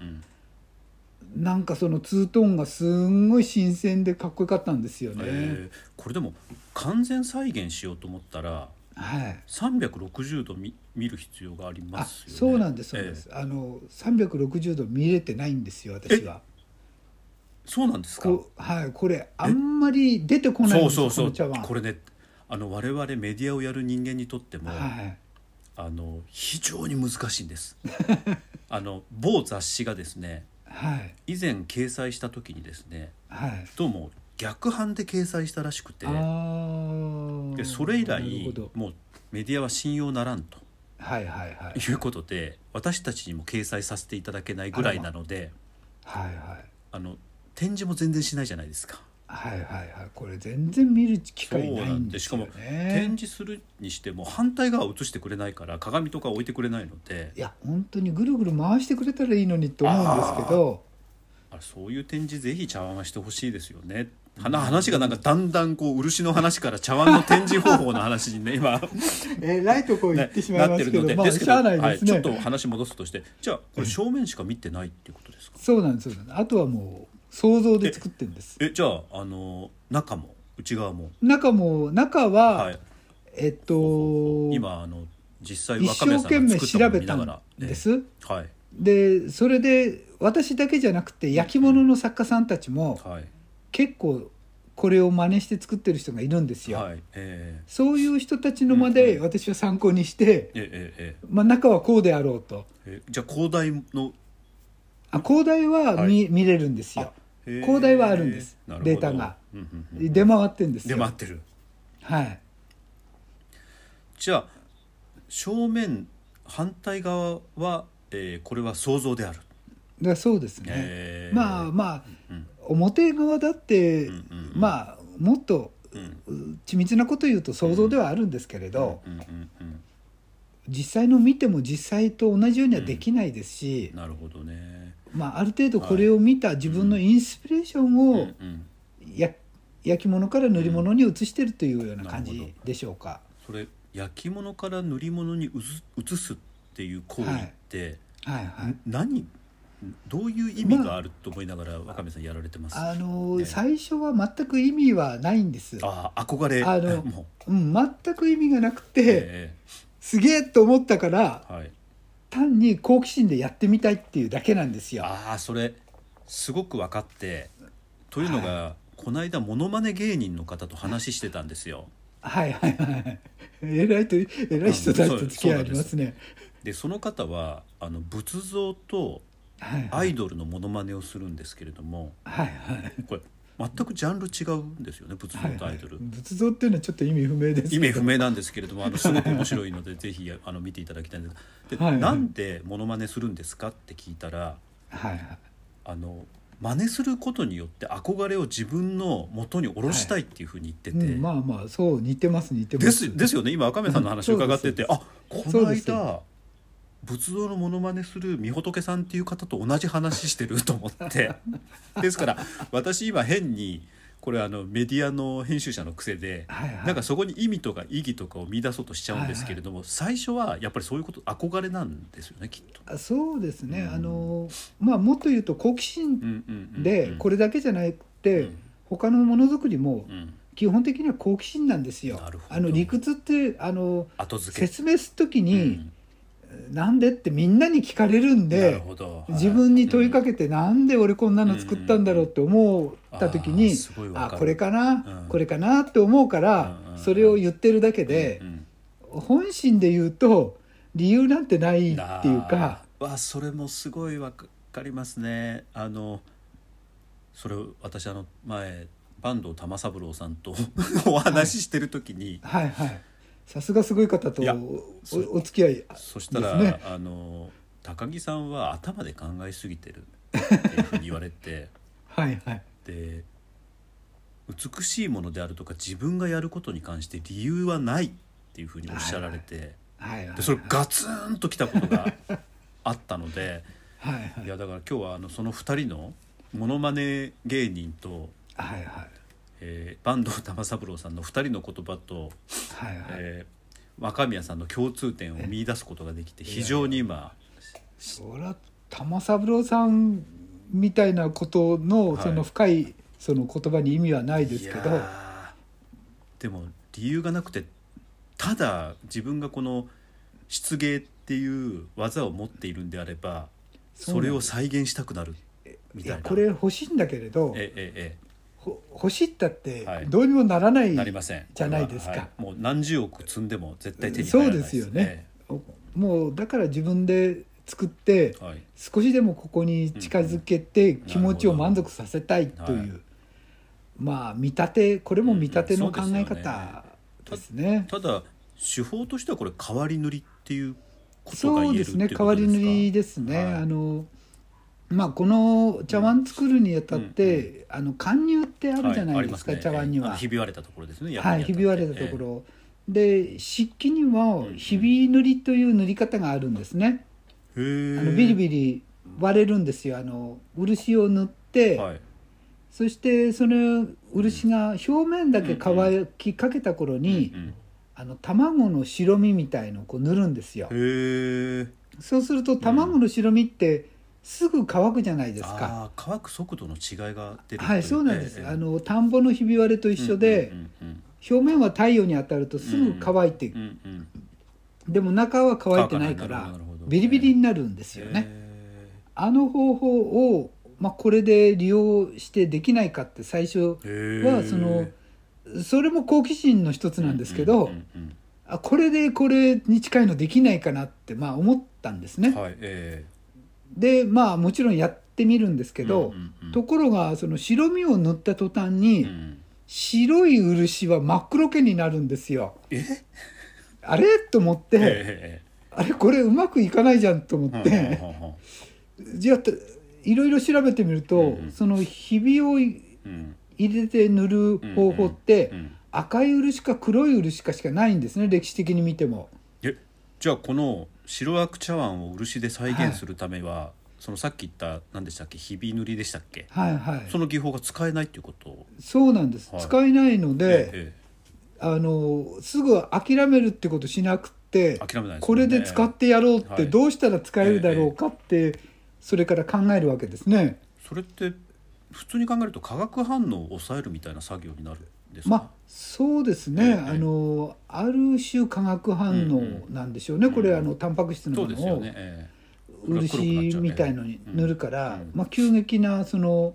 Speaker 2: うん
Speaker 3: なんかそのツートーンがすんごい新鮮でかっこよかったんですよね。
Speaker 2: えーこれでも完全再現しようと思ったら
Speaker 3: はい
Speaker 2: 360度見見る必要がありま
Speaker 3: あ
Speaker 2: すよね
Speaker 3: そうなんですそうです、あの360度見れてないんですよ私は
Speaker 2: ええそうなんですか
Speaker 3: こうはいこれあんまり出てこないん
Speaker 2: そ
Speaker 3: で
Speaker 2: う
Speaker 3: す
Speaker 2: そうそ
Speaker 3: こ
Speaker 2: う
Speaker 3: の茶碗
Speaker 2: これねあの我々メディアをやる人間にとっても、
Speaker 3: はい
Speaker 2: あの非常に難しいんです [laughs] あの某雑誌がですね
Speaker 3: はい
Speaker 2: 以前掲載した時にですね
Speaker 3: はい
Speaker 2: どうも逆版で掲載したらしくて
Speaker 3: あー
Speaker 2: でそれ以来
Speaker 3: なるほど
Speaker 2: もうメディアは信用ならんと
Speaker 3: はいはいはい
Speaker 2: いうことで私たちにも掲載させていただけないぐらいなので
Speaker 3: はいはい
Speaker 2: あの展示も全然しないじゃないですか。
Speaker 3: はいはいはいこれ全然見る機会ないんです
Speaker 2: そ
Speaker 3: よ
Speaker 2: うなん
Speaker 3: ね
Speaker 2: 展示するにしても反対側を映してくれないから鏡とか置いてくれないので
Speaker 3: いや本当にぐるぐる回してくれたらいいのにと思うんですけど
Speaker 2: あそういう展示ぜひ茶碗はしてほしいですよね。はな話がなんかだんだんこう漆の話から茶碗の展示方法の話にね
Speaker 3: [laughs]
Speaker 2: 今
Speaker 3: えライトこう言ってしまい
Speaker 2: な
Speaker 3: ま
Speaker 2: ってる
Speaker 3: すけ
Speaker 2: の
Speaker 3: ど
Speaker 2: で
Speaker 3: まあ
Speaker 2: ですけ
Speaker 3: し
Speaker 2: ど
Speaker 3: ゃあない
Speaker 2: は
Speaker 3: で
Speaker 2: い
Speaker 3: す
Speaker 2: ちょっ
Speaker 3: ね
Speaker 2: と話戻すとしてじゃあこれ正面しか見てないっていうことですか
Speaker 3: そうなんですそうなんですあとはもう想像で作ってるんです
Speaker 2: えじゃああの中も内側も
Speaker 3: 中も中は、
Speaker 2: はい
Speaker 3: えっと
Speaker 2: 今あの実際
Speaker 3: 一
Speaker 2: 若宮
Speaker 3: 生
Speaker 2: さ
Speaker 3: 懸
Speaker 2: んが
Speaker 3: 命
Speaker 2: 作ったのを
Speaker 3: 調べ
Speaker 2: 見
Speaker 3: た
Speaker 2: なが
Speaker 3: ん
Speaker 2: ら
Speaker 3: で
Speaker 2: え
Speaker 3: す
Speaker 2: えはい
Speaker 3: でそれで私だけじゃなくて焼き物の作家さんたちも
Speaker 2: はい
Speaker 3: 結構これを真似して作ってる人がいるんですよ、
Speaker 2: はいえ
Speaker 3: そういう人たちのまで私は参考にして、
Speaker 2: ええええ
Speaker 3: まあ、中はこうであろうと
Speaker 2: ええじゃあ広大の
Speaker 3: あ広大は見,、見れるんです
Speaker 2: あ
Speaker 3: よ
Speaker 2: へえ
Speaker 3: 広大はあるんです
Speaker 2: なるほど
Speaker 3: データが
Speaker 2: うんうんうん
Speaker 3: 出回ってるんです
Speaker 2: 出
Speaker 3: よ
Speaker 2: 回ってる
Speaker 3: はい
Speaker 2: じゃあ正面反対側は、ええ、これは想像である、
Speaker 3: だそうですね、
Speaker 2: ええ
Speaker 3: まあまあ
Speaker 2: うん
Speaker 3: 表側だって、
Speaker 2: うんうんうん
Speaker 3: まあもっと
Speaker 2: うん
Speaker 3: う緻密なこと言うと想像ではあるんですけれど、
Speaker 2: うんうんうん
Speaker 3: 実際の見ても実際と同じようにはできないですし、
Speaker 2: なるほどね
Speaker 3: まあ、ある程度これを見た自分のインスピレーション
Speaker 2: う
Speaker 3: を
Speaker 2: んうん
Speaker 3: や焼き物から塗り物に移してるというような感じでしょうか。
Speaker 2: それ焼き物から塗り物にうず移すっていう行為って、
Speaker 3: はいはい、
Speaker 2: 何どういう意味があると思いながら若宮さんやられてます、
Speaker 3: あのー
Speaker 2: ね
Speaker 3: 最初は全く意味はないんです。
Speaker 2: ああ憧れ
Speaker 3: あの
Speaker 2: [laughs] もう
Speaker 3: うん、全く意味がなくて、
Speaker 2: え
Speaker 3: すげえと思ったから
Speaker 2: えはい、
Speaker 3: 単に好奇心でやってみたいっていうだけなんですよ。
Speaker 2: ああそれすごく分かってというのが、この間モノマネ芸人の方と話してたんですよ
Speaker 3: はいはいはい。 [laughs] えらいと、えらい人たちと付き合いありますね。
Speaker 2: でその方はあの仏像と
Speaker 3: はいは
Speaker 2: ア
Speaker 3: い
Speaker 2: イドルのモノマネをするんですけれども
Speaker 3: はい
Speaker 2: これ全くジャンル違うんですよね仏
Speaker 3: はい
Speaker 2: 像とアイドル、
Speaker 3: 仏像っていうのはちょっと意味不明です。
Speaker 2: 意味不明なんですけれどもあのすごく面白いのでぜひあの見ていただきたいんですで、
Speaker 3: はいはい
Speaker 2: なんでモノマネするんですかって聞いたら
Speaker 3: はいはい。
Speaker 2: あの真似することによって憧れを自分の元に下ろしたいっていうふうに言ってて、
Speaker 3: うん、まあまあ、そう、似てます、似てま。
Speaker 2: ですすですよね今赤目さんの話を伺ってて、あこ
Speaker 3: そう
Speaker 2: の
Speaker 3: です
Speaker 2: 間仏像のモノマネするみほとけさんっていう方と同じ話してると思って [laughs] ですから私今変にこれあのメディアの編集者の癖で
Speaker 3: はいはい
Speaker 2: なんかそこに意味とか意義とかを見出そうとしちゃうんですけれども、最初はやっぱりそういうこと憧れなんですよねきっと。
Speaker 3: あそうですね、
Speaker 2: うん
Speaker 3: あのまあもっと言うと好奇
Speaker 2: う
Speaker 3: 心
Speaker 2: んうんうん
Speaker 3: でこれだけじゃなくて、
Speaker 2: うん
Speaker 3: 他のものづくりも
Speaker 2: うん
Speaker 3: 基本的には好奇心なんですよ
Speaker 2: なるほ。ど
Speaker 3: あの理屈ってあの
Speaker 2: 後付け
Speaker 3: 説明するときに、なんでってみんなに聞かれるん
Speaker 2: うんなる
Speaker 3: で、
Speaker 2: ほどはい
Speaker 3: 自分に問いか
Speaker 2: うん
Speaker 3: けてなんで俺こんなの作ったんだろうって思った時
Speaker 2: あー
Speaker 3: に
Speaker 2: すごいわ
Speaker 3: あ
Speaker 2: かる
Speaker 3: これかな、
Speaker 2: うん
Speaker 3: これかなって思うから
Speaker 2: うんうんうん
Speaker 3: それを言ってるだけで
Speaker 2: うんうん
Speaker 3: 本心で言うと理由なんてないっていうか
Speaker 2: あーわそれもすごいわかりますねあのそれ私あの前坂東玉三郎さん
Speaker 3: [laughs]
Speaker 2: とお話ししてる時に、
Speaker 3: はいはいさすがすごい方と
Speaker 2: いや
Speaker 3: お
Speaker 2: そう
Speaker 3: おお付き合い
Speaker 2: そしたら、
Speaker 3: ですね
Speaker 2: あの高木さんは頭で考えすぎてるっていうふうに言われて
Speaker 3: はいはい
Speaker 2: で美しいものであるとか自分がやることに関して理由はないっていうふうにおっしゃられて、
Speaker 3: はいはい
Speaker 2: でそれガツンときたことがあったので。
Speaker 3: はいはい
Speaker 2: いやだから今日はあのその2人のモノマネ芸人と、
Speaker 3: はいはい
Speaker 2: えー、坂東玉三郎さんの2人の言葉と、
Speaker 3: はいはい
Speaker 2: えー若宮さんの共通点を見出すことができて非常に今
Speaker 3: そりゃ玉三郎さんみたいなことの
Speaker 2: はい
Speaker 3: その深いその言葉に意味はないですけど、
Speaker 2: いやーでも理由がなくてただ自分がこの漆芸っていう技を持っているんであれば
Speaker 3: そう
Speaker 2: そ
Speaker 3: な
Speaker 2: れ
Speaker 3: んで
Speaker 2: を
Speaker 3: す
Speaker 2: 再現したくなるみ
Speaker 3: い
Speaker 2: たいな
Speaker 3: やこれ欲しいんだけれど
Speaker 2: えええ
Speaker 3: ほ欲しいったって
Speaker 2: はい
Speaker 3: どうにもならな
Speaker 2: え
Speaker 3: い、
Speaker 2: なりません
Speaker 3: じゃないです
Speaker 2: こ
Speaker 3: か
Speaker 2: れははいもう何十億積んでも絶対手に入らない
Speaker 3: そうですよね
Speaker 2: え
Speaker 3: もうだから自分で作って
Speaker 2: えはい
Speaker 3: 少しでもここに近づけて気持ちを満足させたいという、
Speaker 2: なるほ
Speaker 3: まあ見立てこれも見立ての考え方
Speaker 2: うんうんそう
Speaker 3: で
Speaker 2: です
Speaker 3: ね。
Speaker 2: ただ手法としてはこれ変わり塗りっていうことが
Speaker 3: そ
Speaker 2: 言
Speaker 3: う
Speaker 2: える
Speaker 3: で
Speaker 2: って
Speaker 3: す
Speaker 2: いう
Speaker 3: ね
Speaker 2: こ
Speaker 3: 変わ
Speaker 2: とで
Speaker 3: り
Speaker 2: すか
Speaker 3: 塗りですね、
Speaker 2: はい
Speaker 3: あのまあこの茶碗作るにあたって、
Speaker 2: う
Speaker 3: あの貫入ってあるじゃ
Speaker 2: は
Speaker 3: な
Speaker 2: り
Speaker 3: いで
Speaker 2: ます
Speaker 3: か、
Speaker 2: ね
Speaker 3: 茶碗に
Speaker 2: あの
Speaker 3: は。
Speaker 2: ひび割れたところですねやるにあ
Speaker 3: はい、
Speaker 2: たって
Speaker 3: ひび割れたところ、で漆器に
Speaker 2: う
Speaker 3: も
Speaker 2: ん
Speaker 3: ひび塗りという塗り方があるんですね、
Speaker 2: ええ
Speaker 3: あのビリ
Speaker 2: リ
Speaker 3: ビリ割れるんですよあの漆を塗って、
Speaker 2: はい
Speaker 3: そしてその漆が表面だけ乾きかけた頃に、
Speaker 2: うん
Speaker 3: あの卵の白身みたいのをこう塗るんですよ、
Speaker 2: へえ
Speaker 3: そうすると卵の白身ってすぐ乾くじゃないですか、
Speaker 2: ああー乾く速度の違いが出る
Speaker 3: はいそうなんです、あ
Speaker 2: の
Speaker 3: の田んぼのひび割れと一緒で、表面は太陽に当たるとすぐ乾いてでも中は乾いてないか
Speaker 2: 乾からないなるほどなるほど
Speaker 3: ビリビリになるんですよね。あの方法を、まあ、これで利用してできないかって最初は
Speaker 2: は
Speaker 3: そのそれも好奇心の一つなんですけどあこれでこれに近いのできないかなってまあ思ったんですね。
Speaker 2: はいええ
Speaker 3: でまあもちろんやってみるんですけど
Speaker 2: うんうんうん
Speaker 3: ところがその白身を塗った途端
Speaker 2: う
Speaker 3: に
Speaker 2: ん
Speaker 3: 白い漆は真っ黒けになるんですよ。
Speaker 2: え
Speaker 3: あれと思っ
Speaker 2: え
Speaker 3: て
Speaker 2: え
Speaker 3: あれこれうまくいかないじゃんと思
Speaker 2: ええ
Speaker 3: って。
Speaker 2: えうんうんうん
Speaker 3: じゃあいろいろ調べてみると、
Speaker 2: うんうん
Speaker 3: そのひびを入
Speaker 2: うん
Speaker 3: れて塗る方法って、
Speaker 2: うんうん
Speaker 3: 赤い漆か黒い漆かしかないんですね歴史的に見ても
Speaker 2: えじゃあこの白悪茶碗を漆で再現するためは、そのさっき言った何でしたっけひび塗りでしたっけ、
Speaker 3: はいはい
Speaker 2: その技法が使えないっていうこと
Speaker 3: そうなんです、
Speaker 2: はい
Speaker 3: 使えないの
Speaker 2: え
Speaker 3: で、
Speaker 2: え
Speaker 3: あのすぐ諦めるってことしなくて、
Speaker 2: 諦めないです
Speaker 3: こ
Speaker 2: もんね
Speaker 3: れで使ってやろうっ
Speaker 2: は
Speaker 3: て
Speaker 2: い
Speaker 3: どうしたら使えるだろうかって、それから考えるわけですね
Speaker 2: それって普通に考えると化学反応を抑えるみたいな作業になるんですか、
Speaker 3: まあそうですね、
Speaker 2: ええ
Speaker 3: あのある種化学反応なんでしょうね、
Speaker 2: うん
Speaker 3: これあのタンパク質の
Speaker 2: そ
Speaker 3: も
Speaker 2: うです
Speaker 3: の
Speaker 2: よ
Speaker 3: を
Speaker 2: ね、え
Speaker 3: 漆みたいのに塗るから、
Speaker 2: うん
Speaker 3: まあ、急激なその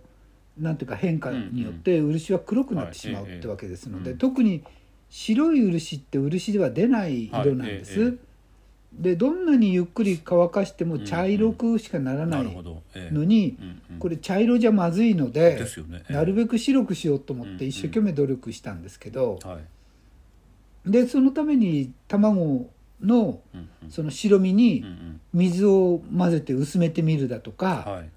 Speaker 3: なんていうか変化によって漆は黒くなってしまうってわけですので、
Speaker 2: はいええ
Speaker 3: 特に白い漆って漆では出ない色なんです。
Speaker 2: はいえ
Speaker 3: でどんなにゆっくり乾かしても茶色くしかな
Speaker 2: え
Speaker 3: ら
Speaker 2: な
Speaker 3: な
Speaker 2: るほ
Speaker 3: い
Speaker 2: ど、ええ
Speaker 3: のに、
Speaker 2: うんうん
Speaker 3: これ茶色じゃまずいので
Speaker 2: ですよね、ええ
Speaker 3: なるべく白くしようと思っ
Speaker 2: うん
Speaker 3: て
Speaker 2: うん
Speaker 3: 一生懸命努力したんですけど、
Speaker 2: はい、
Speaker 3: でそのために卵の
Speaker 2: うんうん
Speaker 3: その白身
Speaker 2: うんう
Speaker 3: に
Speaker 2: ん
Speaker 3: 水を混ぜて薄めてみるだとか、
Speaker 2: はい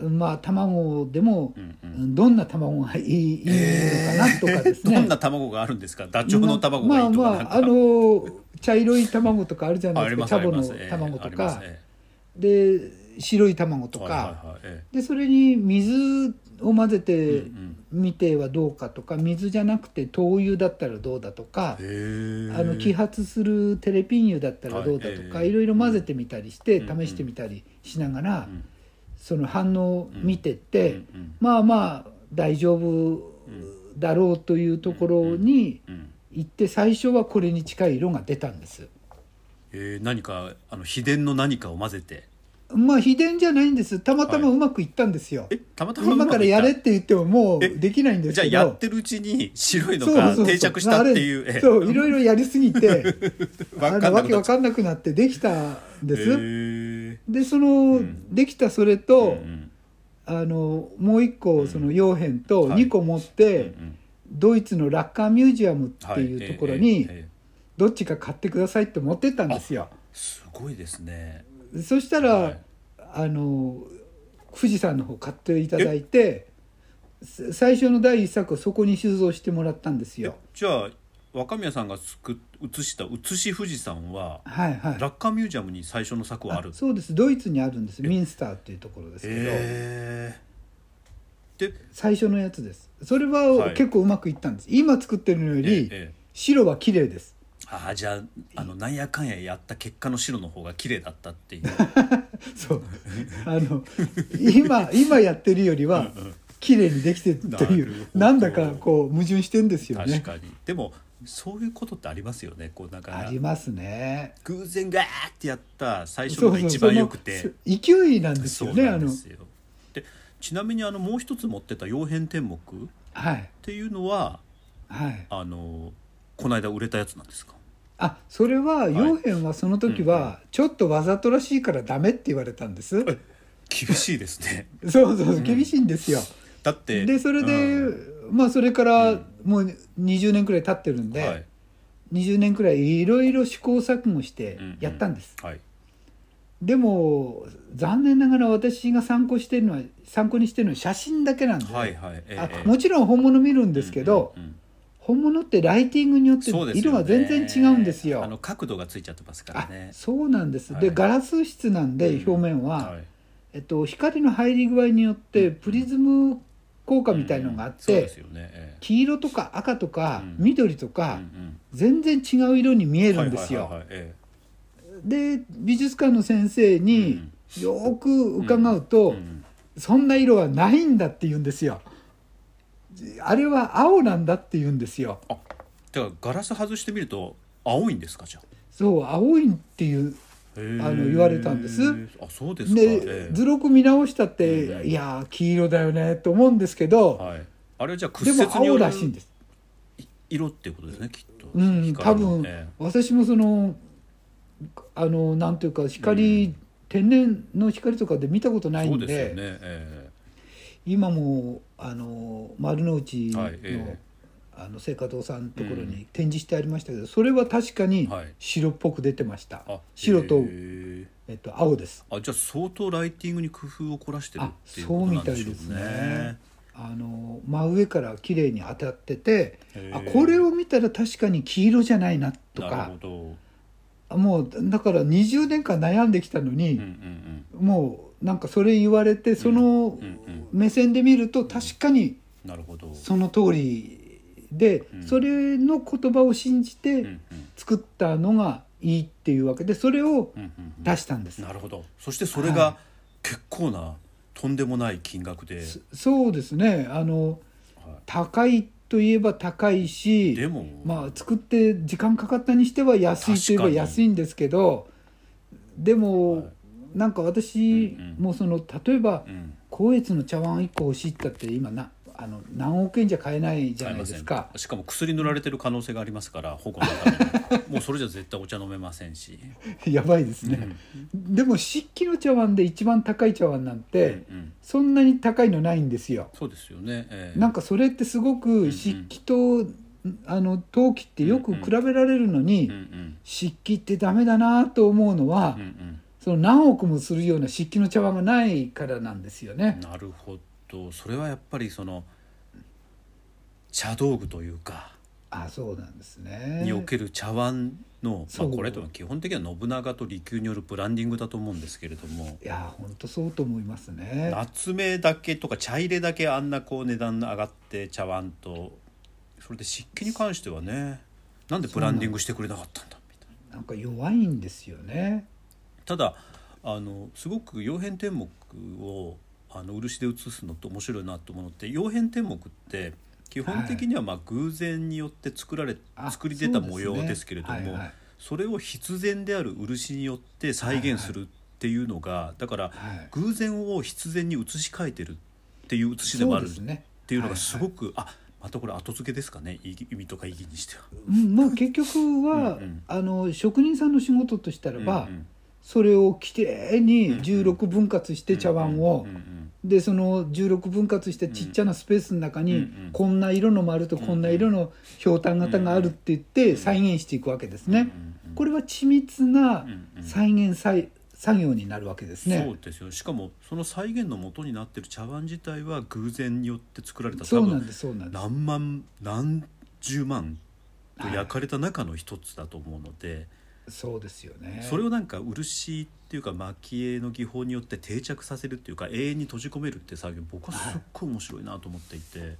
Speaker 3: まあ卵でも
Speaker 2: う、んう
Speaker 3: うんんどんな卵がいいいいのかなとかですね。
Speaker 2: どんな卵があるんですかダチョウの卵がいいとか
Speaker 3: ま
Speaker 2: な
Speaker 3: あ
Speaker 2: んか、
Speaker 3: まああの茶色い卵とかあるじゃない
Speaker 2: あ
Speaker 3: です
Speaker 2: り
Speaker 3: か
Speaker 2: ますあ
Speaker 3: チャ
Speaker 2: り
Speaker 3: ボ
Speaker 2: ま
Speaker 3: の
Speaker 2: すええ
Speaker 3: 卵と
Speaker 2: あります
Speaker 3: か、
Speaker 2: え
Speaker 3: で白い卵
Speaker 2: え
Speaker 3: とか、
Speaker 2: はいはいはいえ
Speaker 3: でそれに水を混ぜ
Speaker 2: え
Speaker 3: て
Speaker 2: うんうん
Speaker 3: みてはどうかとか、水じゃなくて灯油だったらどうだとか、
Speaker 2: へえ
Speaker 3: あの揮発するテレピン油だったらどうだとか、
Speaker 2: はい
Speaker 3: いろいろ混ぜてみたりして、
Speaker 2: うん
Speaker 3: 試してみたりしながら、
Speaker 2: うん
Speaker 3: その反応を見てって、
Speaker 2: うんうん
Speaker 3: まあまあ大丈夫だろうというところに
Speaker 2: うん
Speaker 3: 行って最初はこれに近い色が出たんです。
Speaker 2: えー、何かあの秘伝の何かを混ぜて
Speaker 3: まあ秘伝じゃないんですたまたま
Speaker 2: は
Speaker 3: うまくいったんですよ。
Speaker 2: えたまたまうま
Speaker 3: 今
Speaker 2: くい
Speaker 3: か
Speaker 2: っ
Speaker 3: ら
Speaker 2: た
Speaker 3: やれって言ってもも
Speaker 2: え
Speaker 3: うできないんです
Speaker 2: じゃあ
Speaker 3: けど
Speaker 2: やってるうちに白いの
Speaker 3: そうそう
Speaker 2: が
Speaker 3: そう
Speaker 2: 定着したっていう
Speaker 3: あれ
Speaker 2: え
Speaker 3: そういろいろやりすぎ
Speaker 2: [laughs]
Speaker 3: てあ
Speaker 2: わかんなくなっちゃ
Speaker 3: の
Speaker 2: う
Speaker 3: わけわかんなくなってできたんです、
Speaker 2: へー
Speaker 3: でその、
Speaker 2: ん
Speaker 3: できたそれと、
Speaker 2: うんうん
Speaker 3: あのもう一個その傭兵と
Speaker 2: はい
Speaker 3: 2個持って、
Speaker 2: うんうん
Speaker 3: ドイツのラッカーミュージアムって
Speaker 2: はい
Speaker 3: いうところ
Speaker 2: え
Speaker 3: に
Speaker 2: ーえーえ
Speaker 3: どっちか買ってくださいって持ってったんですよ、
Speaker 2: ーすごいですね
Speaker 3: そしたら、
Speaker 2: はい
Speaker 3: あの富士山の方買っていただいてす最初の第一作をそこに収蔵してもらったんですよ
Speaker 2: じゃあ若宮さんが作っ写した写し富士山は
Speaker 3: はいはい
Speaker 2: ラッカーミュージアムに最初の作はある
Speaker 3: あそうですドイツにあるんですミンスターっていうところですけど、
Speaker 2: へえー、で
Speaker 3: 最初のやつですそれ
Speaker 2: は
Speaker 3: はい結構うまくいったんです、今作ってるのよ
Speaker 2: え
Speaker 3: り
Speaker 2: え
Speaker 3: 白は綺麗です
Speaker 2: ああじゃああのなんやかんややった結果の白の方が綺麗だったっていう
Speaker 3: [laughs] そうあの今今やってるよりは綺麗にできてるってい
Speaker 2: なる
Speaker 3: う
Speaker 2: ほど
Speaker 3: なんだかこう矛盾してんですよ
Speaker 2: 確
Speaker 3: ね
Speaker 2: かに、でもそういうことってありますよねこうなん
Speaker 3: あ
Speaker 2: か
Speaker 3: りますね
Speaker 2: 偶然ガーってやった最初のが一番良くて
Speaker 3: その勢いなんです
Speaker 2: そ
Speaker 3: よ
Speaker 2: う
Speaker 3: ね
Speaker 2: な
Speaker 3: あ
Speaker 2: ん
Speaker 3: の
Speaker 2: ですよでちなみにあのもう一つ持ってた「曜変天目」っ
Speaker 3: はい
Speaker 2: ていうのは
Speaker 3: はい
Speaker 2: あのこの間売れたやつなんですか
Speaker 3: あそれは
Speaker 2: はい
Speaker 3: 傭兵はその時
Speaker 2: うん
Speaker 3: はちょっとわざとらしいからダメって言われたんです、
Speaker 2: 厳しいです
Speaker 3: [laughs]
Speaker 2: ね
Speaker 3: そうそう厳しいんですよ、
Speaker 2: だって
Speaker 3: でそれで、
Speaker 2: うん
Speaker 3: まあそれか
Speaker 2: う
Speaker 3: ら
Speaker 2: ん
Speaker 3: もう20年くらい経ってるんで、
Speaker 2: はい
Speaker 3: 20年くらいいろいろ試行錯誤して
Speaker 2: うんうん
Speaker 3: やったんです、
Speaker 2: はい
Speaker 3: でも残念ながら私が参考してるのは参考にしてるのは写真だけなんで、
Speaker 2: はいはいええ
Speaker 3: あ
Speaker 2: ええ
Speaker 3: もちろん本物見るんですけど、
Speaker 2: うんうんうん
Speaker 3: 本物ってライティングによって
Speaker 2: そうですよね
Speaker 3: 色が全然違うんですよ
Speaker 2: あの角度がついちゃってますから
Speaker 3: あ
Speaker 2: ね
Speaker 3: そうなんです、
Speaker 2: はい
Speaker 3: でガラス質なんで
Speaker 2: うん
Speaker 3: 表面は、
Speaker 2: い
Speaker 3: えっと、光の入り具合によってプリズム効果みたいのがあ
Speaker 2: う
Speaker 3: っ
Speaker 2: んそう
Speaker 3: て、
Speaker 2: ですよね、え
Speaker 3: 黄色とか赤とか
Speaker 2: うん
Speaker 3: 緑と
Speaker 2: え
Speaker 3: か
Speaker 2: うん
Speaker 3: 全然違う色に見
Speaker 2: う
Speaker 3: え
Speaker 2: ん
Speaker 3: るんです
Speaker 2: はい
Speaker 3: よ。
Speaker 2: はいはいはいえ
Speaker 3: で美術館の先生
Speaker 2: え
Speaker 3: によーく伺うと、
Speaker 2: うんうん
Speaker 3: そんな色はないんだって言うんですよ。あれは青なんだって言うんですよ。
Speaker 2: あだからガラス外してみると青いんですかじゃあ
Speaker 3: そう青いっていう
Speaker 2: あの
Speaker 3: あの言われたんです
Speaker 2: あそうですか、え
Speaker 3: で
Speaker 2: え
Speaker 3: 図録見直したって、
Speaker 2: うん
Speaker 3: いやー黄色だよねと思うんですけど、
Speaker 2: はい、あれはじゃあ屈
Speaker 3: で
Speaker 2: 折
Speaker 3: も
Speaker 2: によ
Speaker 3: 青
Speaker 2: る
Speaker 3: らしいんです。
Speaker 2: 色っていうことですねきっと、
Speaker 3: うん、多
Speaker 2: 光の
Speaker 3: 分、
Speaker 2: え
Speaker 3: 私もそのあのなんていうか光、天然の光とかで見たこと
Speaker 2: え
Speaker 3: ない
Speaker 2: そ
Speaker 3: ん
Speaker 2: う
Speaker 3: で
Speaker 2: ですよね、え
Speaker 3: 今もあの丸の内の,、
Speaker 2: はいええ
Speaker 3: あの聖華堂さんのところ
Speaker 2: う
Speaker 3: に展示してありましたけど、それは確かに
Speaker 2: はい
Speaker 3: 白っぽく出てました、
Speaker 2: えあ
Speaker 3: 白と、
Speaker 2: へえ
Speaker 3: えっと、青です
Speaker 2: あじゃあ相当ライティングに工夫を凝らしてるっ
Speaker 3: あ
Speaker 2: ていう
Speaker 3: そ
Speaker 2: こと
Speaker 3: うみ
Speaker 2: なん
Speaker 3: た
Speaker 2: で
Speaker 3: い
Speaker 2: しょう
Speaker 3: です
Speaker 2: ね
Speaker 3: ね。あの真上から綺麗に当たってて
Speaker 2: へえ
Speaker 3: あこれを見たら確かに黄色じゃないなと
Speaker 2: なる
Speaker 3: か
Speaker 2: ほど、うん
Speaker 3: もうだから20年間悩んできたのに、
Speaker 2: うんうん、
Speaker 3: もうなんかそれ言われてその
Speaker 2: うんうん
Speaker 3: 目線で見ると確かに
Speaker 2: なるほど
Speaker 3: その通りで
Speaker 2: うん
Speaker 3: それの言葉を信じ
Speaker 2: うんう
Speaker 3: て
Speaker 2: ん
Speaker 3: 作ったのがいいっていうわけでそれを
Speaker 2: うんうんうん
Speaker 3: 出したんです、
Speaker 2: なるほどそしてそれ
Speaker 3: は
Speaker 2: が結構なとんでもない金額で、
Speaker 3: そそうですねあの
Speaker 2: は
Speaker 3: 高いといえば高い
Speaker 2: い、で
Speaker 3: し
Speaker 2: も、
Speaker 3: まあ作って時間かかったにしては安いといえば
Speaker 2: 確かに
Speaker 3: 安いんですけどでも、
Speaker 2: はい
Speaker 3: なんか私
Speaker 2: うんうん
Speaker 3: もその例えば、
Speaker 2: うん、
Speaker 3: 光悦の茶碗1個欲しいったって今なあの何億円じゃ買えないじゃないです
Speaker 2: 買え
Speaker 3: か
Speaker 2: ませんしかも薬塗られてる可能性がありますから保護のため
Speaker 3: [laughs]
Speaker 2: にもうそれじゃ絶対お茶飲めませんし、
Speaker 3: やばいですね、でも漆器の茶碗で一番高い茶碗なんて、
Speaker 2: うんうん
Speaker 3: そんなに高いのないんですよ、
Speaker 2: そうですよね、ええ
Speaker 3: なんかそれってすご
Speaker 2: ん
Speaker 3: く漆器と、あの陶器ってよく比べられるのに、
Speaker 2: うんうん
Speaker 3: 漆器ってダメだなと思うのは、
Speaker 2: うんうん
Speaker 3: その何億もするような漆器の茶碗がないからなんですよね、
Speaker 2: なるほどそれはやっぱりその茶道具というか
Speaker 3: あそうなんですね
Speaker 2: における茶碗の、ま
Speaker 3: そ
Speaker 2: あ、
Speaker 3: う
Speaker 2: これとは基本的には信長と利休によるブランディングだと思うんですけれども
Speaker 3: いや本当そうと思いますね
Speaker 2: 夏目だけとか茶入れだけあんなこう値段上がって茶碗とそれで湿気に関してはねなんでブランディングしてくれなかったんだみたいな
Speaker 3: なんか弱いんですよね
Speaker 2: ただあのすごく曜変天目をあの漆で写すのって面白いなと思うのって曜変天目って基本的にはまあ偶然によって作られ、
Speaker 3: あ
Speaker 2: 作り出た
Speaker 3: そう
Speaker 2: 模様ですけれども
Speaker 3: ね
Speaker 2: そ,、
Speaker 3: はいはい
Speaker 2: れを必然である漆によって再現するっていうのが、だから
Speaker 3: はい
Speaker 2: 偶然を必然に写し替えてるっていう写しでもある
Speaker 3: そうです
Speaker 2: っ
Speaker 3: ね
Speaker 2: ていうのがすご
Speaker 3: く、
Speaker 2: く、あまたこれ後付けですかね意義意味とか意義にしては。
Speaker 3: うんまあ結局は
Speaker 2: うんうん
Speaker 3: あの職人さんの仕事としたらば、
Speaker 2: うんうん
Speaker 3: それをきれいに
Speaker 2: ん
Speaker 3: 16分割して茶碗を、
Speaker 2: うんうん
Speaker 3: でその16分割してちっちゃなスペースの中に、
Speaker 2: うんうん
Speaker 3: こんな色の丸とこんな色のひょうたん型があるって言って再現していくわけです
Speaker 2: うん
Speaker 3: ね、
Speaker 2: うんうん
Speaker 3: これは緻密な
Speaker 2: うんうん
Speaker 3: 再現さい作業になるわけです
Speaker 2: そ
Speaker 3: ね
Speaker 2: うですよしかもその再現の元になってる茶碗自体は偶然によって作られた
Speaker 3: そ
Speaker 2: 多
Speaker 3: うなん
Speaker 2: 分
Speaker 3: ですそうなんです
Speaker 2: 何万何十万と焼かれた中の一つだと思うので、
Speaker 3: そうですよね
Speaker 2: それをなんか漆っていうか蒔絵の技法によって定着させるっていうか永遠に閉じ込めるって作業僕はすっごい面白いなと思っていて、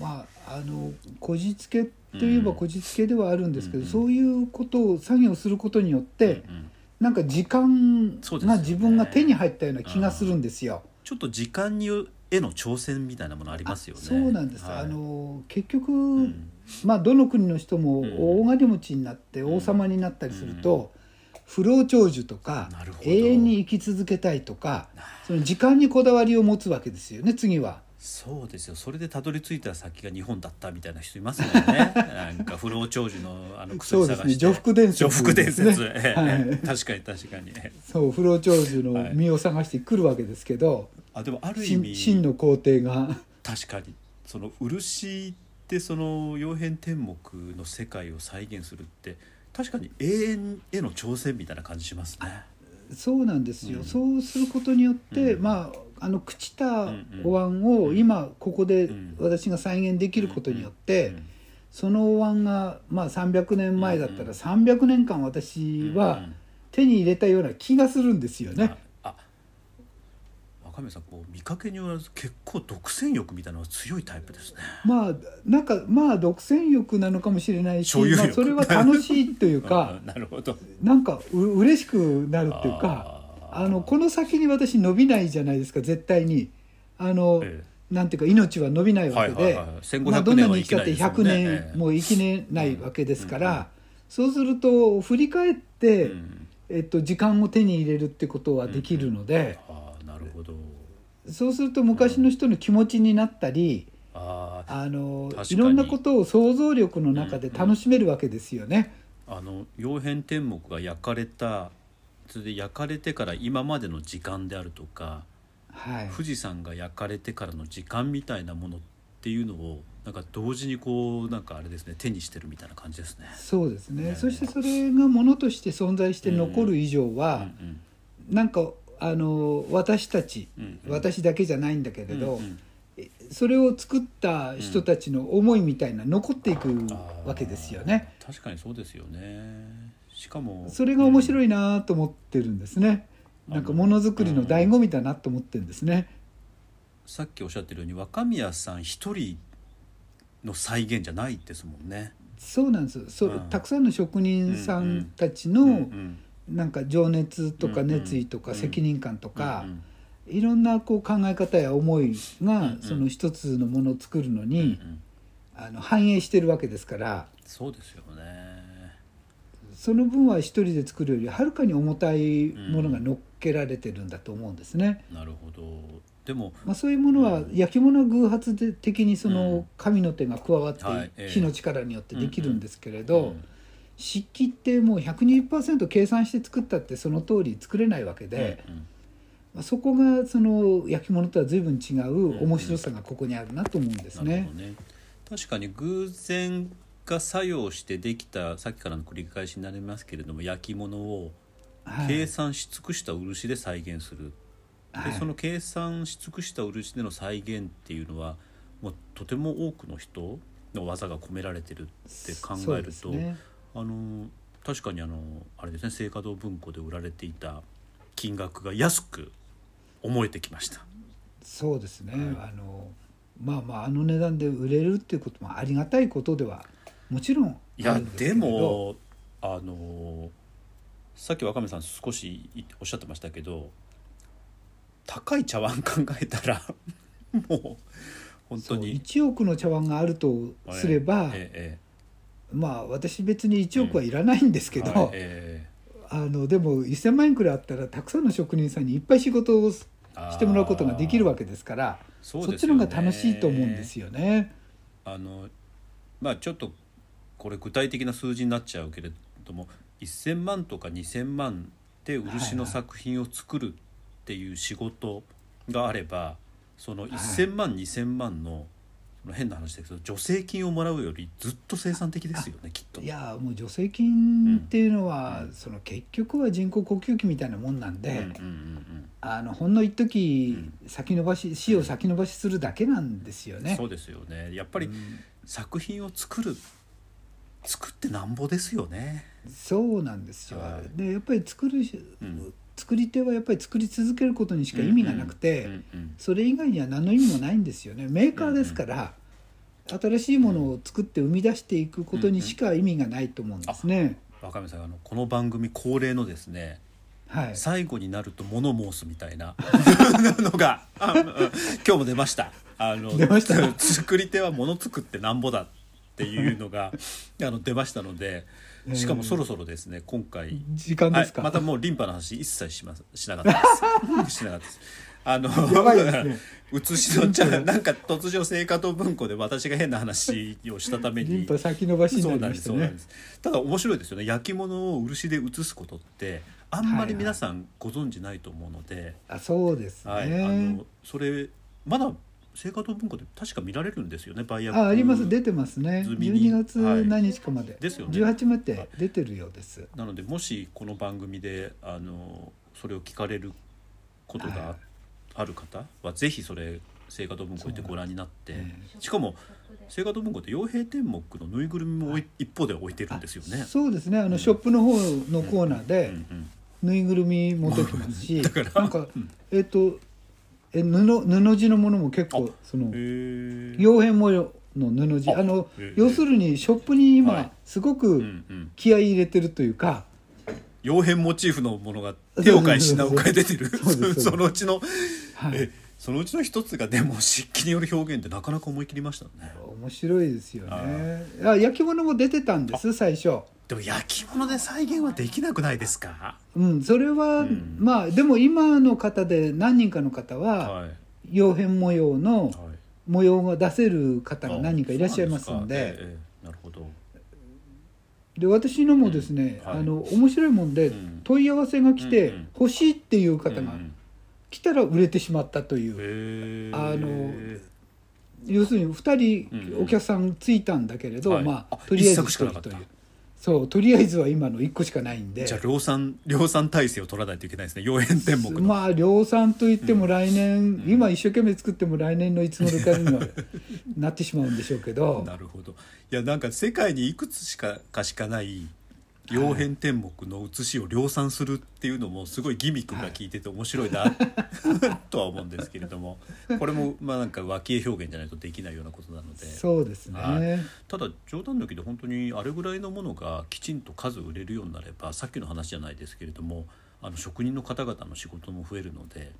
Speaker 3: まああのこじつけといえば
Speaker 2: うん
Speaker 3: こじつけではあるんですけど、
Speaker 2: うんうん
Speaker 3: そういうことを作業することによって、
Speaker 2: うん
Speaker 3: なんか時間
Speaker 2: そうですよ
Speaker 3: が
Speaker 2: ね
Speaker 3: 自分が手に入ったような気がするんですよ。
Speaker 2: ちょっと時間によへの挑戦みたいなものありますよね。
Speaker 3: あそうなんです、
Speaker 2: はい
Speaker 3: あの結局、
Speaker 2: うん
Speaker 3: まあ、どの国の人も
Speaker 2: ん
Speaker 3: 大金持ちになって王様になったりすると、不老長寿とか
Speaker 2: なるほど
Speaker 3: 永遠に生き続けたいとかその時間にこだわりを持つわけですよね次は。
Speaker 2: そうですよそれでたどり着いた先が日本だったみたいな人いますよ
Speaker 3: [laughs]
Speaker 2: ねなんか不老長寿のあの薬
Speaker 3: そうで
Speaker 2: 探
Speaker 3: す
Speaker 2: して
Speaker 3: ね女福伝説
Speaker 2: 女福伝説
Speaker 3: ですね
Speaker 2: ええ
Speaker 3: [laughs] はい
Speaker 2: [laughs] 確かに確かに
Speaker 3: そう不老長寿の身を探してくるわけですけど、
Speaker 2: あでもある意
Speaker 3: 真真
Speaker 2: 味
Speaker 3: の皇帝が。
Speaker 2: 確かにその漆ってその曜変天目の世界を再現するって確かに永遠への挑戦みたいな感じしますね
Speaker 3: そうなんですよ、
Speaker 2: うん
Speaker 3: そうすることによって、
Speaker 2: うん
Speaker 3: まああの朽ちた
Speaker 2: んうん
Speaker 3: お椀を今ここで
Speaker 2: うん
Speaker 3: 私が再現できることによって、
Speaker 2: うん
Speaker 3: そのお椀が、まあ、300年前だった
Speaker 2: うんう
Speaker 3: ら
Speaker 2: ん
Speaker 3: 300年間私
Speaker 2: うんう
Speaker 3: は
Speaker 2: ん
Speaker 3: 手に入れたような気がするんですよね。
Speaker 2: ああ若宮さんこう見かけによらず結構独占欲みたいなのが強いタイプですね
Speaker 3: まあなんかまあ独占欲なのかもしれないし、
Speaker 2: 所有欲
Speaker 3: まあ、それは楽しいという
Speaker 2: [laughs]
Speaker 3: か
Speaker 2: うんなるほど
Speaker 3: なんかう嬉しくなるっていうかあのこの先に私伸びないじゃないですか絶対に。あの、
Speaker 2: え
Speaker 3: なんていうか命は伸びないわけ
Speaker 2: はい
Speaker 3: で
Speaker 2: はいはい
Speaker 3: まあど
Speaker 2: 1500
Speaker 3: ん
Speaker 2: 年
Speaker 3: な
Speaker 2: は生
Speaker 3: に生
Speaker 2: き
Speaker 3: きた
Speaker 2: な
Speaker 3: っ
Speaker 2: いで
Speaker 3: て
Speaker 2: すよね
Speaker 3: 100
Speaker 2: ええ
Speaker 3: 年もう生きれないわけですから、そうすると振り返っ
Speaker 2: え
Speaker 3: て、
Speaker 2: うん
Speaker 3: えっと、時間を手に入れるってことはできるので、
Speaker 2: ああなるほど
Speaker 3: そうすると昔の人の気持ちになったり、
Speaker 2: ああ
Speaker 3: あの
Speaker 2: 確かに
Speaker 3: いろんなことを想像力の中で楽しめるわけですよね。
Speaker 2: あの曜変天目が焼かれたそれで焼かれてから今までの時間であるとか
Speaker 3: はい、
Speaker 2: 富士山が焼かれてからの時間みたいなものっていうのをなんか同時にこうなんかあれですね手にしてるみたいな感じですね。
Speaker 3: そうですね、
Speaker 2: ね
Speaker 3: そしてそれがものとして存在して残る以上
Speaker 2: う
Speaker 3: は、
Speaker 2: ん
Speaker 3: なんかあの私たち、
Speaker 2: うんうん
Speaker 3: 私だけじゃないんだけれど、
Speaker 2: うんうん
Speaker 3: それを作った人たちの思いみたいな残っていくわけですよね。
Speaker 2: あー確かにそうですよね。しかも
Speaker 3: それが面
Speaker 2: い、
Speaker 3: 白いなと思ってるんですね。
Speaker 2: うん
Speaker 3: なんかものづくりの醍醐味だなと思ってるんですね。
Speaker 2: さっきおっしゃってるように若宮さん一人の再現じゃないですもんね。
Speaker 3: そうなんです。そううんたくさんの職人さんたち
Speaker 2: う
Speaker 3: の
Speaker 2: ん
Speaker 3: なんか情熱とか
Speaker 2: うんうん
Speaker 3: 熱意とか
Speaker 2: うん
Speaker 3: 責任感とか
Speaker 2: うんうん
Speaker 3: いろんなこう考え方や思い
Speaker 2: うんう
Speaker 3: が
Speaker 2: ん
Speaker 3: その一つのものを作るのに
Speaker 2: うんうん
Speaker 3: あの反映してるわけですから。
Speaker 2: そうですよね。
Speaker 3: その分は一人で作るよりはるかに重たいものが乗っけられてるんだと思うんですね。
Speaker 2: なるほど。でも
Speaker 3: まあ、そういうものは焼き物は偶発的にそうの
Speaker 2: ん
Speaker 3: 神の手が加わって
Speaker 2: はいええ
Speaker 3: 火の力によってできるんですけれど、
Speaker 2: ん
Speaker 3: 漆器ってもう120%計算して作ったってその通り作れないわけで、
Speaker 2: うんうん
Speaker 3: まあ、そこがその焼き物とは随分違
Speaker 2: ん
Speaker 3: う面白さがここにあるなと思うんです
Speaker 2: なる
Speaker 3: ね
Speaker 2: ほ。どね。確かに偶然が作用してできたさっきからの繰り返しになりますけれども焼き物を
Speaker 3: はい
Speaker 2: 計算し尽くした漆で再現する、
Speaker 3: はい
Speaker 2: でその計算し尽くした漆での再現っていうのはもうとても多くの人の技が込められてるって考
Speaker 3: そう
Speaker 2: え
Speaker 3: で
Speaker 2: る
Speaker 3: す
Speaker 2: と、
Speaker 3: ね
Speaker 2: あの確かにあのあれですね青華堂文庫で売られていた金額が安く思えてきました。
Speaker 3: そうですね、
Speaker 2: は
Speaker 3: あのまあまああの値段で売れるっていうこともありがたいことではもちろん
Speaker 2: い
Speaker 3: あ
Speaker 2: や
Speaker 3: るんすけれ
Speaker 2: で
Speaker 3: ど
Speaker 2: もあのさっき若宮さん少しいおっしゃってましたけど高い茶碗考えたら [laughs] もう本当
Speaker 3: そう
Speaker 2: に。
Speaker 3: 1億の茶碗があるとすれば、
Speaker 2: ええ
Speaker 3: まあ私別に1億はいらないんです
Speaker 2: ええ
Speaker 3: けど、
Speaker 2: はいえ
Speaker 3: あのでも1,000万円くらいあったらたくさんの職人さんにいっぱい仕事をし
Speaker 2: えあー
Speaker 3: てもらうことができるわけですから
Speaker 2: そ
Speaker 3: そっ
Speaker 2: うです
Speaker 3: ち
Speaker 2: よ
Speaker 3: の
Speaker 2: ね
Speaker 3: 方が楽しいと思うんですよね。
Speaker 2: あのまあちょっとこれ具体的な数字になっちゃうけれども1,000万とか2,000万で漆の作品を作るっていう仕事があればその1,000万2,000万のその変な話だけど助成金をもらうよりずっと生産的ですよねきっと。
Speaker 3: いやもう助成金っていうのは、
Speaker 2: うん
Speaker 3: その結局は人工呼吸器みたいなもんなんで、
Speaker 2: うんうんうん
Speaker 3: あのほんの一時
Speaker 2: う
Speaker 3: 先延ばし死を先延ばしするだけなんですよ
Speaker 2: うん
Speaker 3: ね。
Speaker 2: そうですよねやっぱ
Speaker 3: う
Speaker 2: り
Speaker 3: ん
Speaker 2: 作品を作る作ってなんぼですよね。
Speaker 3: そうなんですよ、
Speaker 2: はい
Speaker 3: でやっぱり作るし、
Speaker 2: うん
Speaker 3: 作り手はやっぱり作り続けることにしか意味がなくて、
Speaker 2: うんうん
Speaker 3: それ以外には何の意味もないんですよねメーカーですから、新しいものを作って生み出していくことにしか意味がないと思うんですね、
Speaker 2: 若宮さんあのこの番組恒例のですね
Speaker 3: はい
Speaker 2: 最後になると物申すみたいなのがあうん今日も出ましたあの
Speaker 3: 出ました
Speaker 2: 作り手は物作ってなんぼだっていうの
Speaker 3: [laughs]
Speaker 2: があの出ましたのでしかもそろそろですね今回、
Speaker 3: 時間ですか、
Speaker 2: はい、またもうリンパの話一切しますしなかったですしなかったですあの
Speaker 3: やばいで
Speaker 2: [laughs]
Speaker 3: すね
Speaker 2: 写しのちゃんなんか突如生活と文庫で私が変な話をしたために
Speaker 3: リンパ先延ばしに
Speaker 2: そ
Speaker 3: な
Speaker 2: う
Speaker 3: り
Speaker 2: なん
Speaker 3: ま
Speaker 2: で
Speaker 3: し
Speaker 2: す
Speaker 3: た
Speaker 2: そうなん
Speaker 3: ね
Speaker 2: ですただ面白いですよね焼き物を漆で写すことってあんまり皆さんご存知ないと思うので、
Speaker 3: あそうですね、
Speaker 2: はいあのそれまだ生活文庫で確か見られるんですよね売約
Speaker 3: ああります出てますね
Speaker 2: 済みに
Speaker 3: 12月何日かまで、
Speaker 2: ですよね
Speaker 3: 18まで出てるようです
Speaker 2: なのでもしこの番組であのそれを聞かれること
Speaker 3: はい
Speaker 2: がある方はぜひそれ生活文庫行ってご覧になって、
Speaker 3: え
Speaker 2: しかも生活文庫って傭兵天目のぬいぐるみもおい一方で置いてるんですよね。
Speaker 3: そうですねあの、
Speaker 2: うん
Speaker 3: ショップの方のコーナー
Speaker 2: う
Speaker 3: で
Speaker 2: んうん
Speaker 3: ぬいぐるみ持ってきますし、
Speaker 2: だから
Speaker 3: なんかえっ、とえ布布地のものも結構その
Speaker 2: へー
Speaker 3: 傭兵模様の布地
Speaker 2: あ
Speaker 3: あの、
Speaker 2: へえ
Speaker 3: 要するにショップに今、
Speaker 2: はい
Speaker 3: すご
Speaker 2: う
Speaker 3: く
Speaker 2: んうん
Speaker 3: 気合い入れてるというか、
Speaker 2: 傭兵モチーフのものが手を変え品を変え出てる
Speaker 3: そうですそうです
Speaker 2: [laughs] そのうちの、
Speaker 3: は
Speaker 2: え
Speaker 3: い、
Speaker 2: そのうちの一つがでも漆器による表現ってなかなか思い切りましたね
Speaker 3: 面白いですよねあ焼き物も出てたんです最初
Speaker 2: でも焼き物で再現はできなくないですか
Speaker 3: うんそれは、
Speaker 2: うん
Speaker 3: まあでも今の方で何人かの方は、
Speaker 2: はい、はい、
Speaker 3: 傭兵模様の模様が出せる方が何人かいらっしゃいますんで。
Speaker 2: そうなんすかええええなるほど
Speaker 3: で私のもですね、
Speaker 2: うんはい
Speaker 3: あの面白いもんで、
Speaker 2: うん
Speaker 3: 問い合わせが来て、
Speaker 2: うんうん
Speaker 3: 欲しいっていう方
Speaker 2: うんう
Speaker 3: が
Speaker 2: ん
Speaker 3: 来たら売れてしまったという、
Speaker 2: へえ
Speaker 3: あの要するに2
Speaker 2: うんう
Speaker 3: 人
Speaker 2: ん
Speaker 3: お客さんついたんだけれど、
Speaker 2: はい
Speaker 3: ま
Speaker 2: あ
Speaker 3: あとりあえず
Speaker 2: 一作しかなかった
Speaker 3: 一人というそうとりあえずは今の1個しかないんで
Speaker 2: じゃあ量産 [laughs] 量産体制を取らないといけないですね傭兵天目の、
Speaker 3: まあ量産といっても来年、
Speaker 2: うん
Speaker 3: 今一生懸命作っても来年のいつ頃
Speaker 2: [laughs]
Speaker 3: かにはなってしまうんでしょうけど
Speaker 2: なるほどいやなんか世界にいくつしかかしかない曜変天目の写しを量産するっていうのもすごいギミックが効いてて面白いな、とは思うんですけれどもこれもまあなんか脇絵表現じゃないとできないようなことなので
Speaker 3: そうですね、
Speaker 2: はいただ冗談抜きで本当にあれぐらいのものがきちんと数売れるようになればさっきの話じゃないですけれどもあの職人の方々の仕事も増えるので、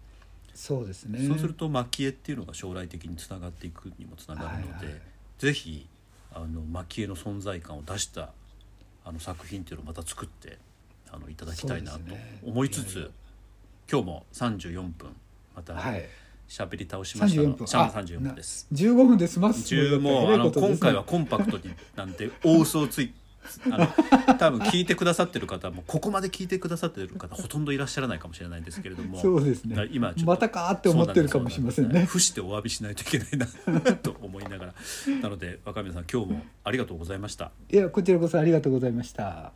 Speaker 3: そうですね
Speaker 2: そうすると蒔絵っていうのが将来的につながっていくにもつながるので、
Speaker 3: はいはい
Speaker 2: ぜひあの蒔絵の存在感を出したあの作品っていうのをまた作ってあのいただきたいなと
Speaker 3: そうですね
Speaker 2: 思いつ
Speaker 3: い
Speaker 2: つ、
Speaker 3: やいや
Speaker 2: 今日も34分また
Speaker 3: はい
Speaker 2: 喋り倒しましたの、
Speaker 3: 34分
Speaker 2: シャン
Speaker 3: あ
Speaker 2: 34分です。
Speaker 3: 15分で済ます
Speaker 2: 中もうあの今回はコンパクトになんて大嘘をついあの多分聞いてくださってる方もここまで聞いてくださってる方ほとんどいらっしゃらないかもしれないんですけれども
Speaker 3: そうですね
Speaker 2: だから今ちょっと
Speaker 3: またかーって思ってるかもしれませんね
Speaker 2: 不してお詫びしないといけない [laughs] なと思いながらなので若宮さん今日もありがとうございました。
Speaker 3: いやこちらこそありがとうございました。